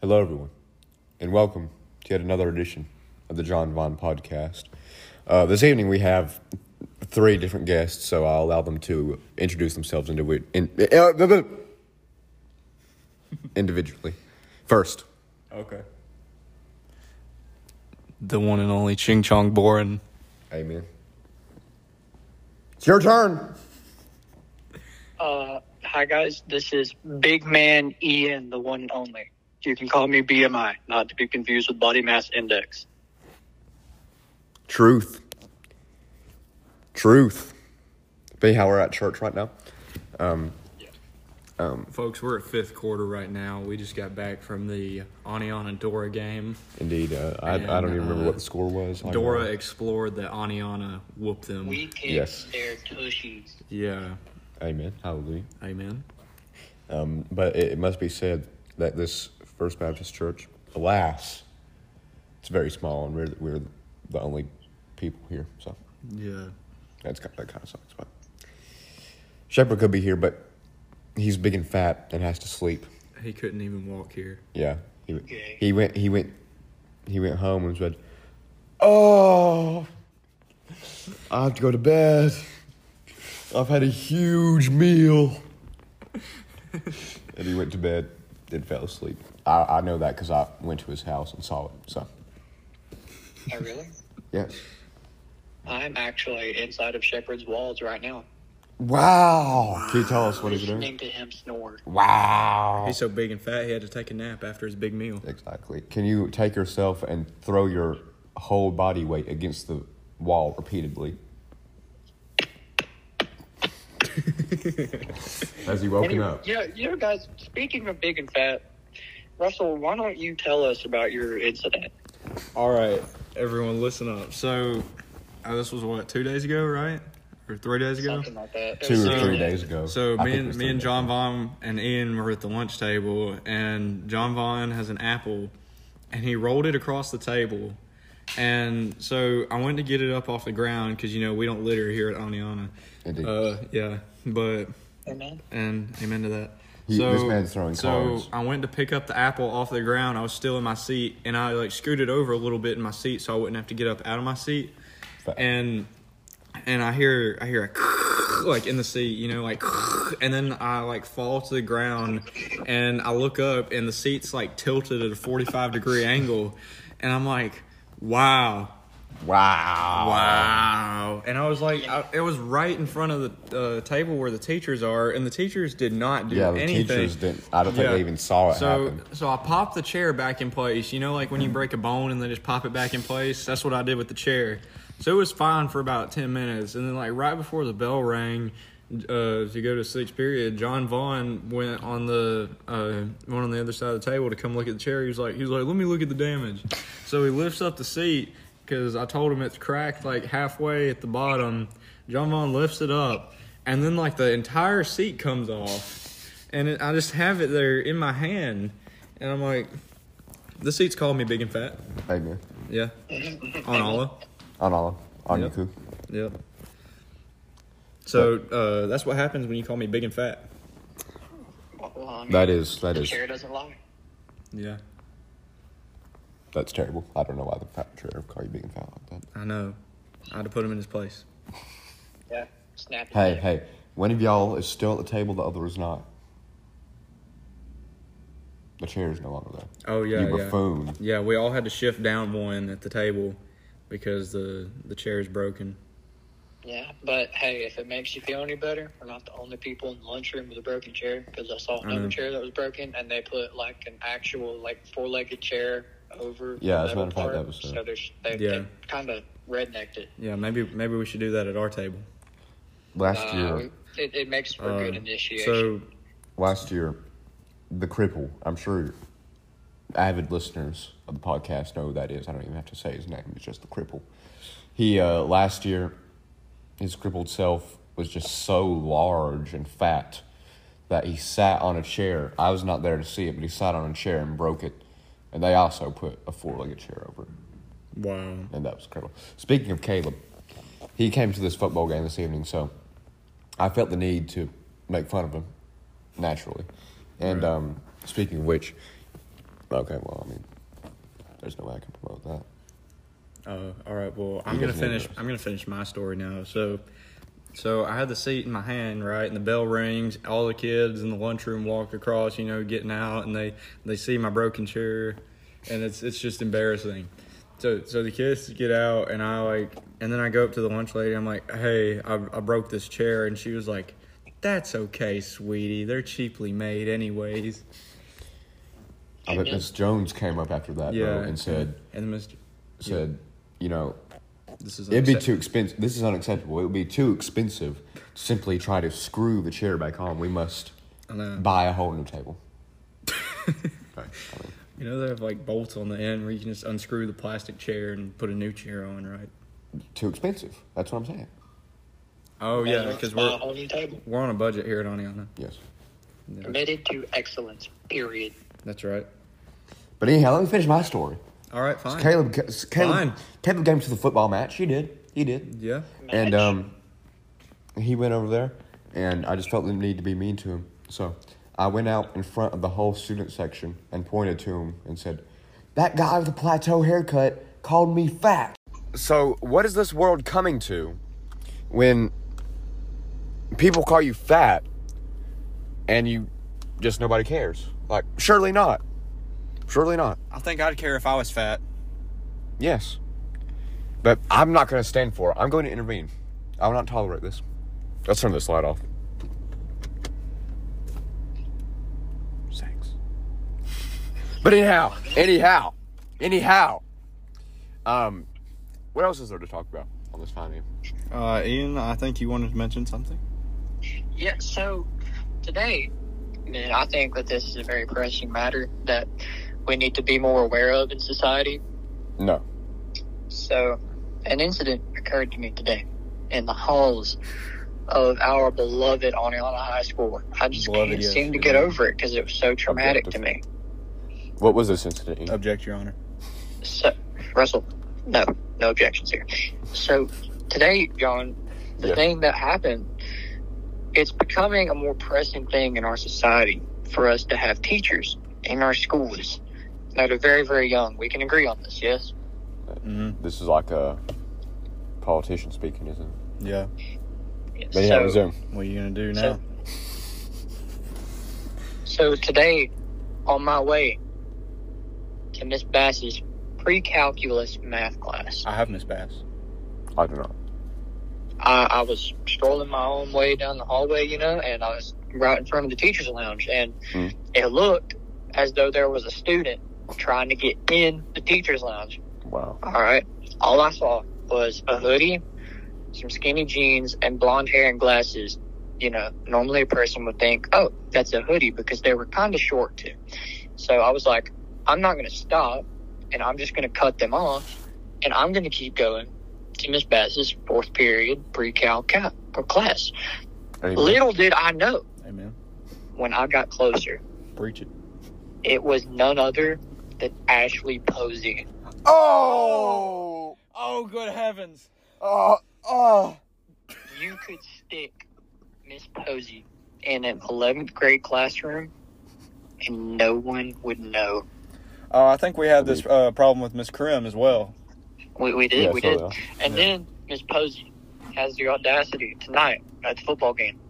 Hello, everyone, and welcome to yet another edition of the John Vaughn Podcast. Uh, this evening, we have three different guests, so I'll allow them to introduce themselves indivi- in, uh, blah, blah. individually. First, Okay. the one and only Ching Chong Boren. Amen. It's your turn. Uh, hi guys, this is Big Man Ian, the one and only. You can call me BMI, not to be confused with Body Mass Index. Truth. Truth. Be how we're at church right now. Folks, we're at fifth quarter right now. We just got back from the Anion and Dora game. Indeed, uh, I, I don't even remember what the score was. I Dora know. explored that Aniana whooped them. We kick Yes. their tushies. yeah. Amen. Hallelujah. Amen. Um, but it, it must be said that this First Baptist Church, alas, it's very small, and we're we're the only people here, so Yeah. that's ki- that kind of sucks. But Shepard could be here, but he's big and fat and has to sleep. He couldn't even walk here. Yeah, he, w- Okay. he went he went he went home and said, "Oh, I have to go to bed. I've had a huge meal." and he went to bed and fell asleep. I, I know that because I went to his house and saw it. So I Oh, really? yes. I'm actually inside of Shepherd's walls right now, Wow. Can you tell us what he's doing? listening to him snore. Wow. He's so big and fat, he had to take a nap after his big meal. Exactly. Can you take yourself and throw your whole body weight against the wall repeatedly? As he woken Anyway, up. you know, you know, guys. Speaking of big and fat, Russell, why don't you tell us about your incident? All right, everyone, listen up. So, uh, this was what two days ago, right, or three days ago? Something like that. Two or So- three days ago. So I me think it was and three me and days. John Vaughn and Ian were at the lunch table, and John Vaughn has an apple, and he rolled it across the table, and so I went to get it up off the ground because you know we don't litter here at Aniana. Indeed. Uh, yeah, but Amen. and amen to that. He- this man's throwing so cards. I went to pick up the apple off the ground. I was still in my seat, and I like scooted over a little bit in my seat so I wouldn't have to get up out of my seat. Fact. And and I hear I hear a like in the seat, you know, like and then I like fall to the ground, and I look up and the seat's like tilted at a forty five degree angle, and I'm like, wow, Wow. Wow. And I was like, I, it was right in front of the uh, table where the teachers are, and the teachers did not do Yeah, the anything. teachers didn't I don't think Yeah. they even saw it so, happen. So I popped the chair back in place. You know, like when you break a bone and they just pop it back in place? That's what I did with the chair. So it was fine for about 10 minutes. And then, like, right before the bell rang, uh, to go to sixth period, John Vaughn went on the uh, went on the other side of the table to come look at the chair. He was like, he was like, let me look at the damage. So he lifts up the seat because I told him it's cracked like halfway at the bottom. John Vaughn lifts it up, and then like the entire seat comes off and it, I just have it there in my hand, and I'm like, the seat's called me big and fat. Amen. Yeah, Mm-hmm. on Allah. On all on Yep. Yaku. Yep. So uh, that's what happens when you call me big and fat. Well, I mean, That is that the is chair doesn't lie. Yeah, that's terrible. I don't know why the fat chair would call you big and fat like that. I know. I had to put him in his place. Yeah. Snap. Hey, hey. One of y'all is still at the table, the other is not. The chair is no longer there. Oh yeah, you yeah. buffoon. Yeah, we all had to shift down one at the table because the the chair is broken. Yeah, but hey, if it makes you feel any better, we're not the only people in the lunchroom with a broken chair because I saw another Mm-hmm. know. chair that was broken, and they put like an actual like four-legged chair over. the Yeah, as a metal matter of fact, part, that was, uh, so there's they, Yeah. they kind of rednecked it. Yeah, maybe maybe we should do that at our table. Last Uh, year, we- it, it makes for Uh, good initiation. So last year, the cripple. I'm sure avid listeners of the podcast know who that is. I don't even have to say his name. It's just the cripple. He uh, last year, his crippled self was just so large and fat that he sat on a chair. I was not there to see it, but he sat on a chair and broke it. And they also put a four-legged chair over it. wow. and that was incredible. Speaking of Caleb, he came to this football game this evening, so I felt the need to make fun of him naturally. And um, speaking of which, Okay, well, I mean, there's no way I can promote that. Uh, all right. Well, I'm gonna guys know finish. this. I'm gonna finish my story now. So, so I had the seat in my hand, right, and the bell rings. All the kids in the lunchroom walk across, you know, getting out, and they they see my broken chair, and it's it's just embarrassing. So so the kids get out, and I like, and then I go up to the lunch lady. I'm like, hey, I, I broke this chair, and she was like, that's okay, sweetie. They're cheaply made, anyways. I bet Yeah. Miss Jones came up after that, Yeah. though, and said, And Mr. said, you know, This is it'd be unaccept- too expensive. This is unacceptable. It would be too expensive to simply try to screw the chair back on. We must I know. buy a whole new table. Right, I mean, You know they have like bolts on the end where you can just unscrew the plastic chair and put a new chair on, right? too expensive. That's what I'm saying. Oh yeah, because Buy a we're whole new table. we're on a budget here at Aniana. Yes. Committed to excellence. Period. That's right. But anyhow, let me finish my story. All right, fine. Caleb, Caleb, Fine. Caleb came to the football match. He did. He did. Yeah. And Match. um, he went over there, and I just felt the need to be mean to him. So I went out in front of the whole student section and pointed to him and said, That guy with the plateau haircut called me fat. So, what is this world coming to when people call you fat and you just nobody cares? Like, surely not. Surely not. I think I'd care if I was fat. Yes. But I'm not going to stand for it. I'm going to intervene. I will not tolerate this. Let's turn this light off. Thanks. But anyhow, anyhow, anyhow. Um, what else is there to talk about on this fine evening? Uh, Ian, I think you wanted to mention something. Yeah, so today, I mean, I think that this is a very pressing matter that we need to be more aware of in society. No. So, an incident occurred to me today in the halls of our beloved Oneonta High School. I just Beloved, can't yes, seem to it get is. over it because it was so traumatic to me. What was this incident? Ian? Object, Your Honor. So, Russell, no, no objections here. So, today, John, the Yeah. thing that happened, it's becoming a more pressing thing in our society for us to have teachers in our schools that are very, very young. We can agree on this, yes? Mm-hmm. This is like a politician speaking, isn't it? Yeah. But yeah, resume. What are you gonna do So- now? So today, on my way to Miss Bass's pre-calculus math class, I have Miss Bass. I do not. I, I was strolling my own way down the hallway, you know, and I was right in front of the teachers' lounge, and Mm. it looked as though there was a student trying to get in the teachers' lounge. Wow. All right, all I saw was a hoodie, some skinny jeans, and blonde hair and glasses. You know, normally a person would think, "Oh, that's a hoodie," because they were kind of short too. So I was like, "I'm not going to stop, and I'm just going to cut them off, and I'm going to keep going." To Miss Bass's fourth period pre-cal ca- class. Anyway, Little did I know Amen. when I got closer, Breach it. it was none other than Ashley Posey. oh! Oh, good heavens! Oh! Oh! you could stick Miss Posey in an 11th grade classroom and no one would know. Oh, I think we had this uh, problem with Miss Krim as well. We, we did, Yeah, we so, did. uh, And yeah. then Miss Posey has the audacity tonight at the football game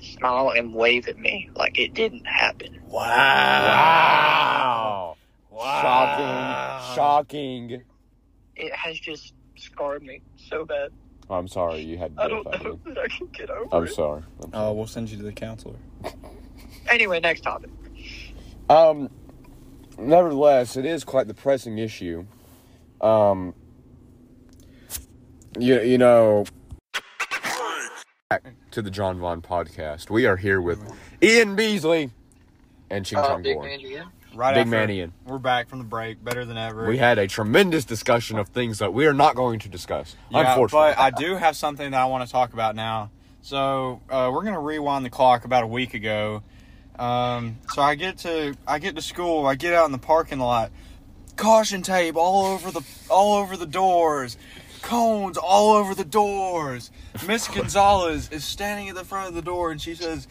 smile and wave at me like it didn't happen. Wow. Shocking. Shocking. It has just scarred me so bad. Oh, I'm sorry you had to I do don't that. know dude. that I can get over I'm it. sorry. I'm Oh, we'll send you to the counselor. Anyway, next topic. sorry. Um, nevertheless, it is quite the pressing issue. Um, you, you know, back to the John Vaughn podcast. We are here with Ian Beasley and Ching Uh, Chong Big Gore. Andrew, yeah? Right Big after- man Ian. We're back from the break, better than ever. We had a tremendous discussion of things that we are not going to discuss, Yeah, unfortunately. But I do have something that I want to talk about now. So uh, we're gonna rewind the clock about a week ago. Um, so I get to I get to school. I get out in the parking lot. Caution tape all over the all over the doors. Cones all over the doors. Miss Gonzalez is standing at the front of the door and she says,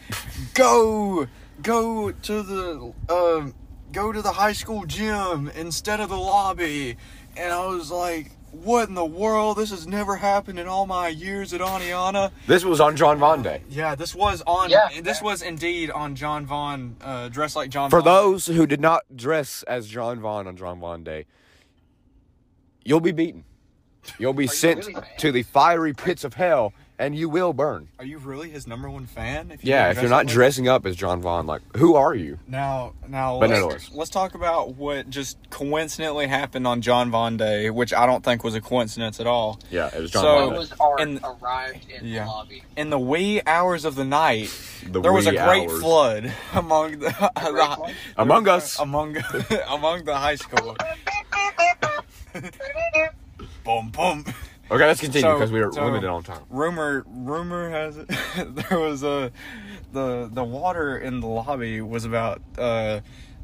"Go, go to the um go to the high school gym instead of the lobby. And I was like, what in the world? This has never happened in all my years at Aniana. This was on John Von Day. Yeah, this was on. Yeah. This was indeed on John Vaughn, uh, dressed like John. For Vaughn. those who did not dress as John Von on John Von Day, you'll be beaten. You'll be sent really mad? to the fiery pits of hell, and you will burn. Are you really his number one fan? If Yeah, if you're not dressed. dressing up as John Von, like who are you? Now, now But let's, nonetheless. let's talk about what just coincidentally happened on John Von Day, which I don't think was a coincidence at all. Yeah, it was John So- It Von Von Day. was our Oh, And- arrived in Yeah. the lobby. In the wee hours of the night, The there was a wee great hours. flood among the, great flood? Among us. among among the high school. boom, boom. Okay, let's continue So- because we are so- limited on time. rumor rumor has it there was a the the water in the lobby was about uh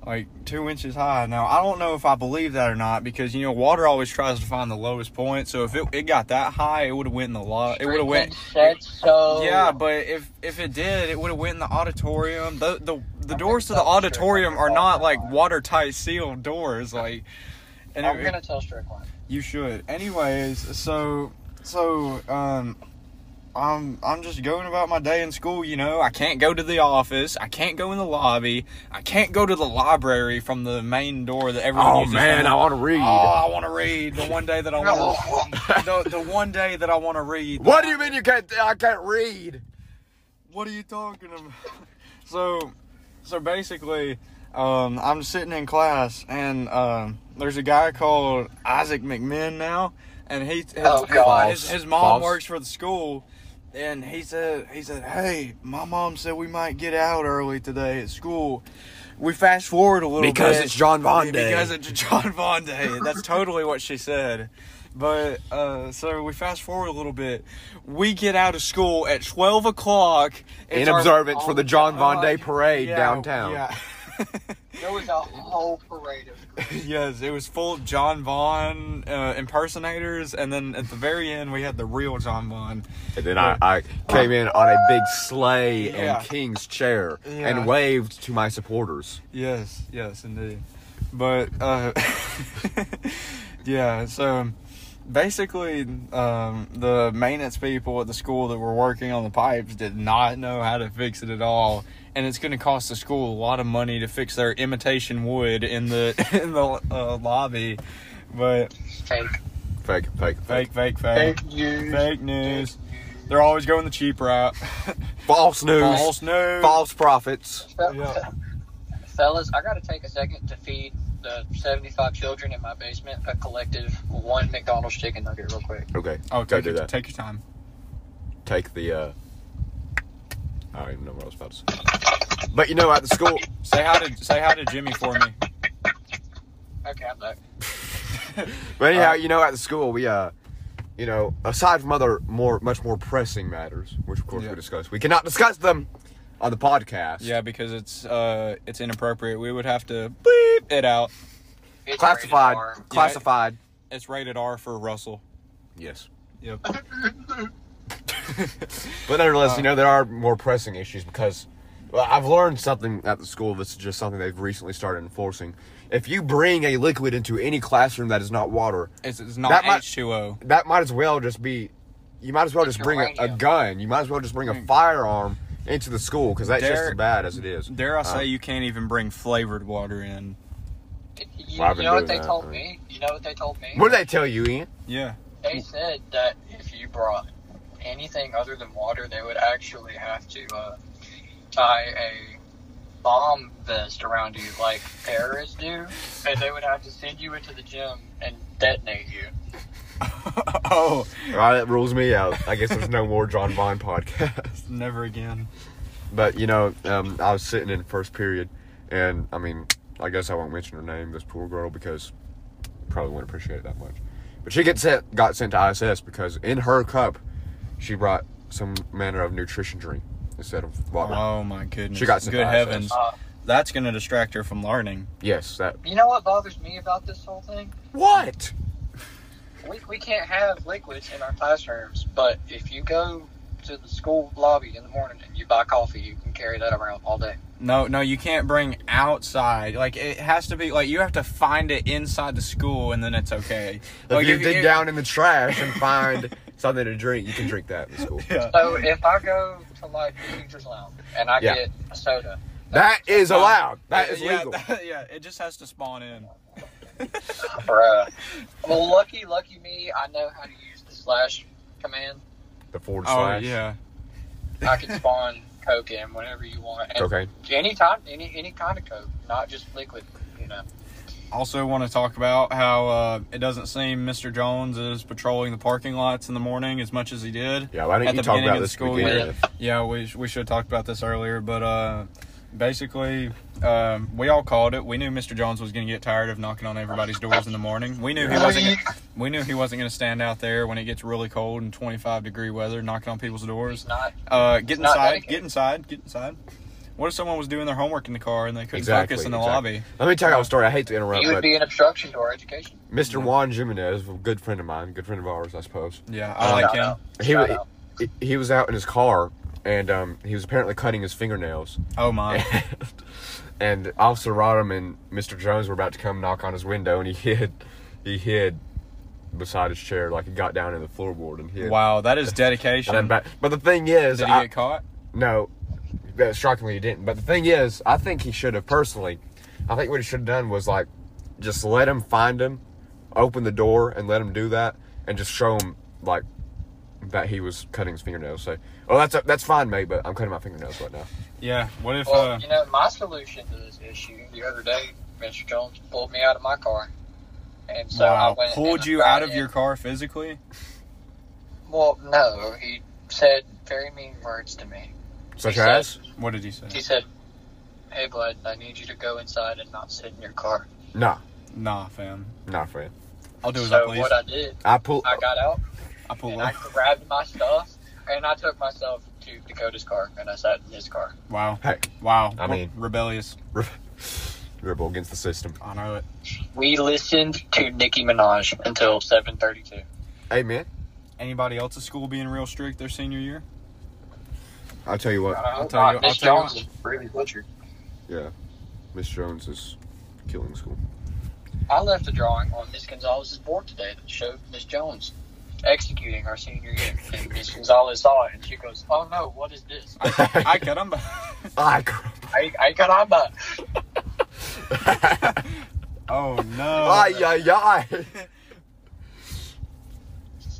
like two inches high now i don't know if i believe that or not because you know water always tries to find the lowest point so if it, it got that high it would have went in the lobby it would have went Franklin Said so. Oh. yeah but if if it did it would have went in the auditorium the the, the doors to the gonna tell auditorium are Strickland not to like walk. watertight sealed doors like and I'm it- gonna tell Strickland. you should. Anyways, so so um I'm I'm just going about my day in school, you know. I can't go to the office, I can't go in the lobby, I can't go to the library from the main door that everyone Oh uses man, from- I want to read. Oh, I want to read the one day that I want the, the one day that I want to read. What do you mean you can't? I can't read. What are you talking about? so, so basically, um, I'm sitting in class, and um, there's a guy called Isaac McMinn now, and he his, Oh, God. his, his mom False. works for the school, and he said he said, "Hey, my mom said we might get out early today at school." We fast forward a little Because bit it's John Von Day. Because it's John Von Day. That's totally what she said. But uh, so we fast forward a little bit. We get out of school at twelve o'clock. It's In our- observance for the John Von Day like, parade yeah, downtown. Yeah. There was a whole parade of yes, it was full of John Von uh, impersonators, and then at the very end we had the real John Von. And then I, I came in on a big sleigh Yeah. and king's chair Yeah. and waved to my supporters. Yes, yes, indeed. But uh, yeah, so basically, um, the maintenance people at the school that were working on the pipes did not know how to fix it at all, and it's going to cost the school a lot of money to fix their imitation wood in the in the uh, lobby. But fake. Fake, fake, fake. fake, fake, fake, Fake news. fake news. They're always going the cheap route. False news. False news. False prophets. Fe- Yeah. Fellas, I gotta take a second to feed the 75 children in my basement a collective one McDonald's chicken nugget real quick. Okay. Oh, go take do your, that. take your time. Take the. Uh, I don't even know what I was about to say. But you know, at the school, Say hi to say hi to Jimmy for me. Okay, I'm back. but anyhow, you know, at the school, we, uh, you know, aside from other more, much more pressing matters, which of course Yeah. we discuss, we cannot discuss them on the podcast. Yeah, because it's uh it's inappropriate. We would have to bleep it out. It's Classified. rated R. Classified. It's rated R for Russell. Yes. Yep. But nevertheless, you know, there are more pressing issues because well, I've learned something at the school. This is just something they've recently started enforcing. If you bring a liquid into any classroom that is not water, It's, it's not That might- H2O. that might as well just be, you might as well just bring a, a Uranium. gun. You might as well just bring a firearm into the school because that's just Dare- as bad as it is. Dare I say Uh, you can't even bring flavored water in. You, Well, I've you been know doing what they that, told right. me? You know what they told me? What did they tell you, Ian? Yeah. They said that if you brought anything other than water, they would actually have to uh, tie a bomb vest around you like terrorists do, and they would have to send you into the gym and detonate you. oh, All right, that rules me out. I guess there's no more John Vine podcast. never again. But you know, um, I was sitting in first period, and I mean, I guess I won't mention her name, this poor girl, because probably wouldn't appreciate it that much. But she gets sent, got sent to ISS because in her cup, she brought some manner of nutrition drink instead of water. Oh my goodness. She got some good biases. heavens. Uh, That's gonna distract her from learning. Yes, that. you know what bothers me about this whole thing? What? We, we can't have liquids in our classrooms, but if you go to the school lobby in the morning and you buy coffee, you can carry that around all day. No, no, you can't bring outside. Like it has to be like you have to find it inside the school, and then it's okay. like if you dig down in the trash and find something to drink, you can drink that in school. Yeah. So if I go to like the teacher's lounge and I Yeah. get a soda, That is allowed. That is yeah, legal. that- yeah, it just has to spawn in. bruh. Well, lucky, lucky me, I know how to use the slash command. the forward Oh slash. yeah, I can spawn Coke in whenever you want. And Okay. Any time, any any kind of Coke, not just liquid. You know. also want to talk about how uh, it doesn't seem Mr. Jones is patrolling the parking lots in the morning as much as he did. Yeah, why At don't you the talk beginning about of the this school beginning? year. Yeah, we sh- we should have talked about this earlier, but uh, basically, um, we all called it. We knew Mr. Jones was going to get tired of knocking on everybody's doors in the morning. We knew he wasn't. Gonna, we knew he wasn't going to stand out there when it gets really cold and 25 degree weather, knocking on people's doors. It's not. Uh, get not inside. dedicated. Get inside. Get inside. What if someone was doing their homework in the car and they couldn't Exactly, focus in the exactly. lobby? Let me tell you a story. I hate to interrupt, You would but be an obstruction to our education. Mr. Mm-hmm. Juan Jimenez, a good friend of mine, good friend of ours, I suppose. Yeah, I like Shout him. out. He Shout was out. he, he was out in his car, and um, he was apparently cutting his fingernails. Oh my. and Officer Rodham and Mr. Jones were about to come knock on his window, and he hid. He hid beside his chair, like he got down in the floorboard and hid. Wow, that is And then dedication. back. But the thing is, Did he I- get caught? No, but shockingly, he didn't. But the thing is, I think he should have personally. I think what he should have done was like, just let him find him, open the door, and let him do that, and just show him like that he was cutting his fingernails. Say, "Oh, that's that's fine, mate, but I'm cutting my fingernails right now." Yeah. What if? Well, Uh, you know, my solution to this issue the other day, Mr. Jones pulled me out of my car, and so I wow. went and Pulled you got out of in. your car physically? Well, no, he said very mean words to me. Such He said- as? What did he say? He said, "Hey, bud, I need you to go inside and not sit in your car." Nah, Nah, fam. nah, friend. I'll do as I so please. what I did, I pull. I got out I pull and I up. grabbed my stuff and I took myself to Dakota's car and I sat in his car. Wow. Hey, Wow. I We're mean- rebellious. rebel against the system. I know it. We listened to Nicki Minaj until 7:32. Amen. Anybody else at school being real strict their senior year? I'll tell you what. I'll tell you- I'll Miss tell you Jones is really butchered. Yeah, Miss Jones is killing school. I left a drawing on Miss Gonzalez's board today that showed Miss Jones executing our senior year. And Miss Gonzalez saw it and she goes, "Oh no, what is this?" I cut them. I cr- I, I caramba. oh no. Ay, ay, ay.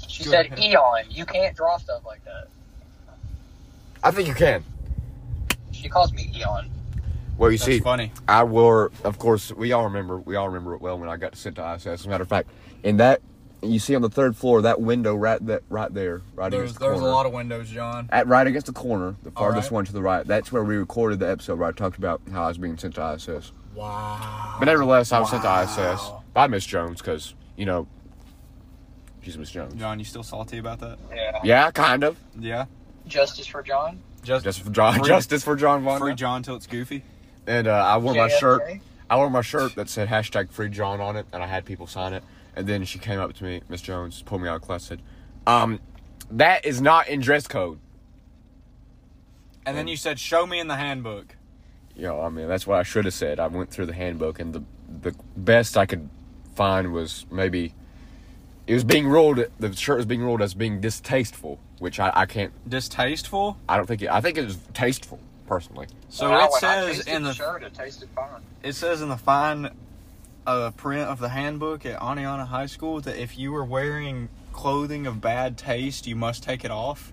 She Go said, ahead. "Eon, you can't draw stuff like that." I think you can. She calls me Eon. Well, you That's see, funny. I wore, of course, we all remember, we all remember it well when I got sent to ISS. As a matter of fact, and that you see on the third floor, that window right that right there, right There was, against the there was corner, a lot of windows, John. at right against the corner, the All farthest right. one to the right. That's where we recorded the episode where I talked about how I was being sent to ISS. Wow. But nevertheless, I was sent to ISS Wow. by Miss Jones because you know she's Miss Jones. John, you still salty about that? Yeah. Yeah, kind of. Yeah. Justice for John. Just, Just for John, Free- justice for John Von. free John till it's goofy. And uh, I wore my JFK? shirt. I wore my shirt that said hashtag free John on it, and I had people sign it. And then she came up to me, Miss Jones, pulled me out of class, said, um, that is not in dress code. And then you said, "Show me in the handbook." You know, I mean, that's what I should have said. I went through the handbook, and the the best I could find was maybe it was being ruled. The shirt was being ruled as being distasteful, which I, I can't. Distasteful. I don't think. It, I think it was tasteful, personally. So Wow, it when I says tasted in the shirt, it tasted fine. It says in the fine uh, print of the handbook at Aniana High School that if you were wearing clothing of bad taste, you must take it off.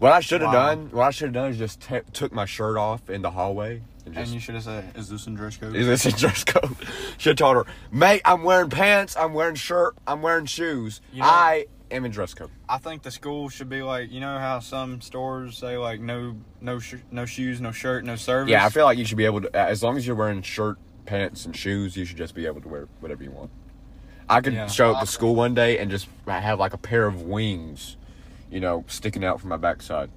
What I should have Wow. done, what I should have done, is just ta took my shirt off in the hallway and just and you should have said, "Is this in dress code?" Is this a dress code? She had told her, mate, I'm wearing pants, I'm wearing shirt, I'm wearing shoes. You know- I am in dress code. I think the school should be like, you know how some stores say like no, no, sh- no shoes, no shirt, no service. Yeah, I feel like you should be able to, uh, as long as you're wearing shirt, pants, and shoes, you should just be able to wear whatever you want. I could Yeah. show up to school one day and just have like a pair of wings, you know, sticking out from my backside.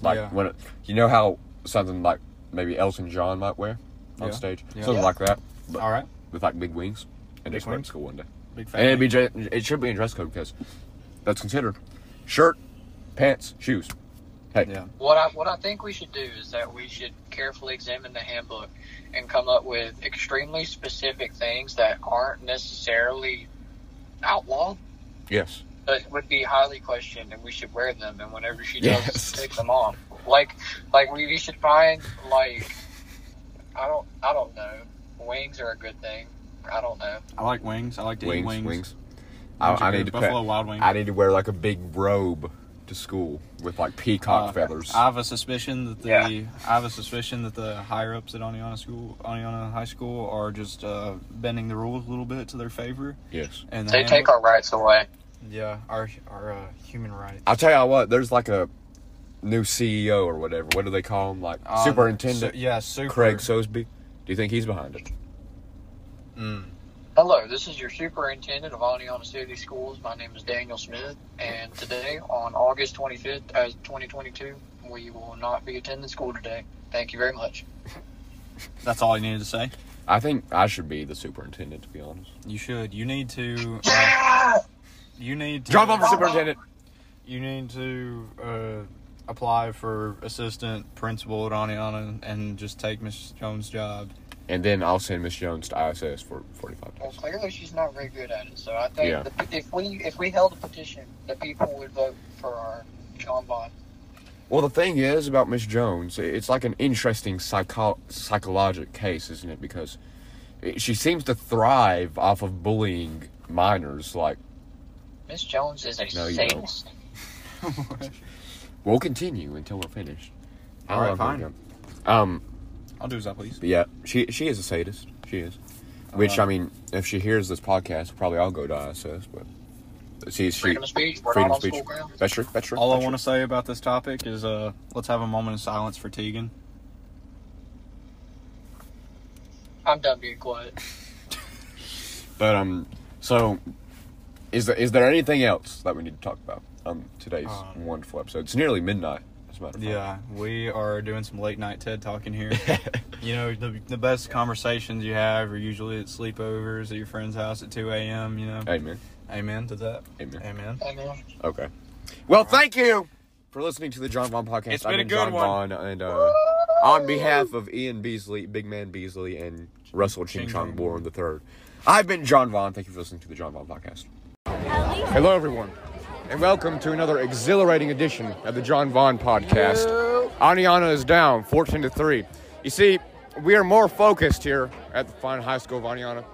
Like Yeah. when, it, you know how something like maybe Elton John might wear on Yeah. stage, Yeah. something Yeah. like that, but All right, with like big wings, and Big just wear it wings? to school one day. big fan. And it'd be dre- it should be in dress code because that's considered shirt, pants, shoes. Heck, Yeah. What I what I think we should do is that we should carefully examine the handbook and come up with extremely specific things that aren't necessarily outlawed, yes. but would be highly questioned, and we should wear them. And whenever she does, Yes. take them off. Like like we, we should find like I don't I don't know. Wings are a good thing. I don't know. I like wings. I like to eat Wings, wings. wings. I, Wings are I good. need to Buffalo pa- Wild Wings. I need to wear like a big robe to school with like peacock Uh, feathers. I have a suspicion that the Yeah. I have a suspicion that the higher ups at Oniana School, Oniana High School, are just uh, bending the rules a little bit to their favor. yes. And the They take our rights away. handbook- yeah our our uh, human rights. I'll tell you what. There's like a new CEO or whatever. What do they call him? Like Um, superintendent so- yeah, super. Craig Sosby. Do you think he's behind it? Mm. Hello, this is your superintendent of Oneonta City Schools. My name is Daniel Smith, and today, on August 25th, as 2022, we will not be attending school today. Thank you very much. That's all you needed to say. I think I should be the superintendent. To be honest. You should. You need to. Uh, Yeah! you need to. Job offer superintendent. You need to uh, apply for assistant principal at Oniana and just take Miss Jones' job. And then I'll send Miss Jones to ISS for 45 Well, days. clearly she's not very good at it, so I think Yeah. the, if we if we held a petition, the people would vote for our John Bond. Well, the thing is about Miss Jones, i- it's like an interesting psycho- psychologic case, isn't it? Because i- she seems to thrive off of bullying minors. Like, Miss Jones is a No, you don't. sadist. we'll continue until we're finished. I All right, love her, fine. Joan. Um, I'll do as I please. but yeah, she she is a sadist. She is. Uh-huh. Which I mean, if she hears this podcast, we'll probably all go to ISS. But uh, see, she Freedom of speech. We're freedom of not on speech. school grounds. That's true. That's true. All I that's want to true. say about this topic is uh, let's have a moment of silence for Tegan. I'm done being quiet. But um, so is there is there anything else that we need to talk about on today's Um, wonderful episode? It's nearly midnight. As a matter of fact. Yeah, we are doing some late night TED talking here. you know, the, the best conversations you have are usually at sleepovers at your friend's house at 2 a.m., you know. Amen. Amen to that. Amen. Amen. I mean, Okay. Well, thank you for listening to the John Vaughn podcast. It's been I've a good John one. Vaughn, and uh, on behalf of Ian Beasley, Big Man Beasley, and Russell Ching Ching Chong Chong. Bourne III, I've been John Vaughn. Thank you for listening to the John Vaughn podcast. Hello, everyone, and welcome to another exhilarating edition of the John Vaughn podcast. Aniana is down 14 to 3. You see, we are more focused here at the fine high school of Aniana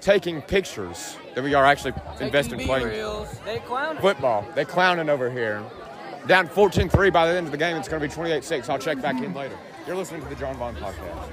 taking pictures than we are actually investing in playing football. They clowning over here. Down 14-3 by the end of the game. It's going to be 28-6. I'll check back in later. You're listening to the John Vaughn podcast.